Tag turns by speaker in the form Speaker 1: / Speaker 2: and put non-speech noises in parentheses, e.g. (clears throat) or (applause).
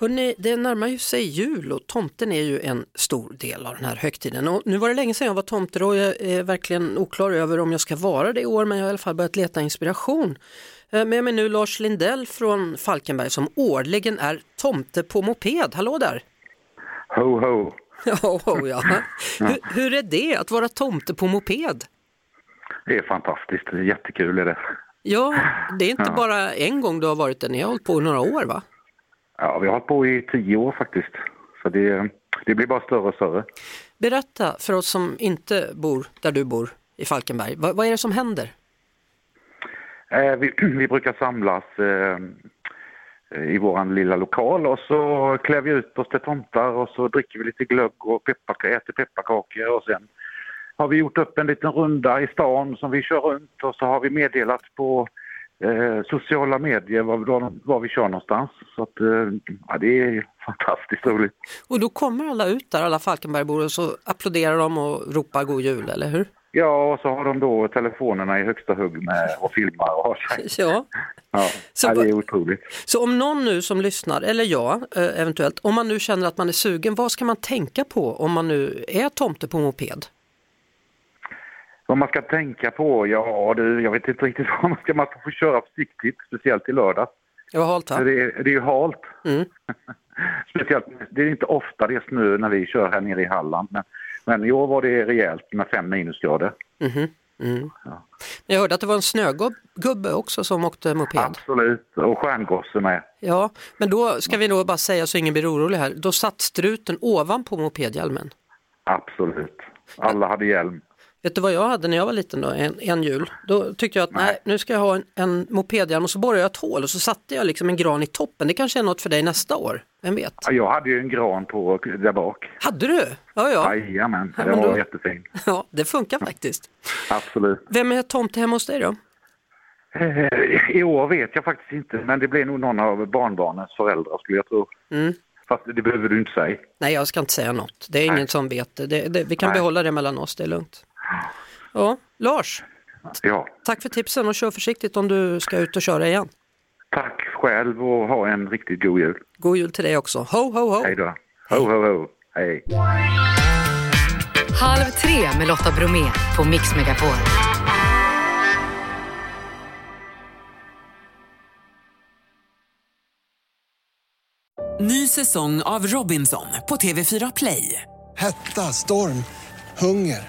Speaker 1: Hörrni, det närmar ju sig jul och tomten är ju en stor del av den här högtiden. Och nu var det länge sedan jag var tomte och jag är verkligen oklar över om jag ska vara det i år men jag har i alla fall börjat leta inspiration. Eh, Med mig nu Lars Lindell från Falkenberg som årligen är tomte på moped. Hallå där! (laughs)
Speaker 2: Ho, ho.
Speaker 1: Oh, ja. hur, hur är det att vara tomte på moped?
Speaker 2: Det är fantastiskt. Det är Jättekul är det.
Speaker 1: Ja, det är inte bara en gång du har varit det, ni har hållit på i några år va?
Speaker 2: Ja, vi har hållit på i tio år faktiskt. Så det, det blir bara större och större.
Speaker 1: Berätta för oss som inte bor där du bor i Falkenberg, vad, vad är det som händer?
Speaker 2: Eh, vi, (clears throat) vi brukar samlas eh, i vår lilla lokal och så klär vi ut oss till tomtar och så dricker vi lite glögg och pepparka, äter pepparkakor och sen har vi gjort upp en liten runda i stan som vi kör runt och så har vi meddelat på eh, sociala medier var, var vi kör någonstans. Så att, eh, ja, det är fantastiskt roligt.
Speaker 1: Och då kommer alla ut där, alla Falkenbergbor, och så applåderar de och ropar god jul, eller hur?
Speaker 2: Ja, och så har de då telefonerna i högsta hugg med och filmar och
Speaker 1: (laughs)
Speaker 2: har sig.
Speaker 1: Ja.
Speaker 2: Ja,
Speaker 1: Så
Speaker 2: ja, det är
Speaker 1: vad-
Speaker 2: otroligt.
Speaker 1: Så om någon nu som lyssnar, eller jag eh, eventuellt, om man nu känner att man är sugen, vad ska man tänka på om man nu är tomte på moped?
Speaker 2: Vad man ska tänka på? Ja, du, jag vet inte riktigt (laughs) vad man ska... Man får köra försiktigt, speciellt i lördag.
Speaker 1: Jag har hållit, va?
Speaker 2: För Det, är- det är ju halt.
Speaker 1: Mm.
Speaker 2: (laughs) speciellt, det är inte ofta det är snö när vi kör här nere i Halland. Men, men i år var det rejält med fem minusgrader.
Speaker 1: Jag hörde att det var en snögubbe också som åkte moped.
Speaker 2: Absolut, och stjärngosse med.
Speaker 1: Ja, men då ska vi nog bara säga så ingen blir orolig här, då satt struten ovanpå mopedhjälmen.
Speaker 2: Absolut. Alla hade hjälm.
Speaker 1: Vet du vad jag hade när jag var liten då, en, en jul? Då tyckte jag att nej. nu ska jag ha en, en mopedhjälm och så borrade jag ett hål och så satte jag liksom en gran i toppen. Det kanske är något för dig nästa år, vem vet?
Speaker 2: Ja, Jag hade ju en gran på där bak.
Speaker 1: Hade du? Ja, ja.
Speaker 2: Jajamän,
Speaker 1: Ja,
Speaker 2: det
Speaker 1: men
Speaker 2: var
Speaker 1: då-
Speaker 2: jättefin.
Speaker 1: (laughs) ja det funkar faktiskt.
Speaker 2: Absolut.
Speaker 1: Vem är tomte hemma hos dig då?
Speaker 2: Eh, I år vet jag faktiskt inte, men det blir nog någon av barnbarnens föräldrar skulle jag tro. Fast det behöver du inte säga.
Speaker 1: Nej, jag ska inte säga något. Det är ingen som vet det. det, det vi kan
Speaker 2: Nej.
Speaker 1: behålla det mellan oss, det är lugnt. Ja, Lars,
Speaker 2: Ja,
Speaker 1: tack för tipsen och kör försiktigt om du ska ut och köra igen.
Speaker 2: tack själv och ha en riktigt god jul.
Speaker 1: God jul till dig också. Ho, ho, ho!
Speaker 2: Hej då. Ho, ho, ho. Hej.
Speaker 3: Halv tre med Lotta Bromé på Mix Megapol.
Speaker 4: Ny säsong av Robinson på TV4 Play.
Speaker 5: Hetta, storm, hunger.